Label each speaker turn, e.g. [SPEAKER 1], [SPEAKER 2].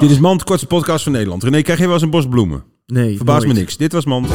[SPEAKER 1] Dit is Mand, kortste podcast van Nederland. René, krijg je wel eens een bos bloemen?
[SPEAKER 2] Nee,
[SPEAKER 1] Verbaas me
[SPEAKER 2] nooit.
[SPEAKER 1] niks. Dit was Mand.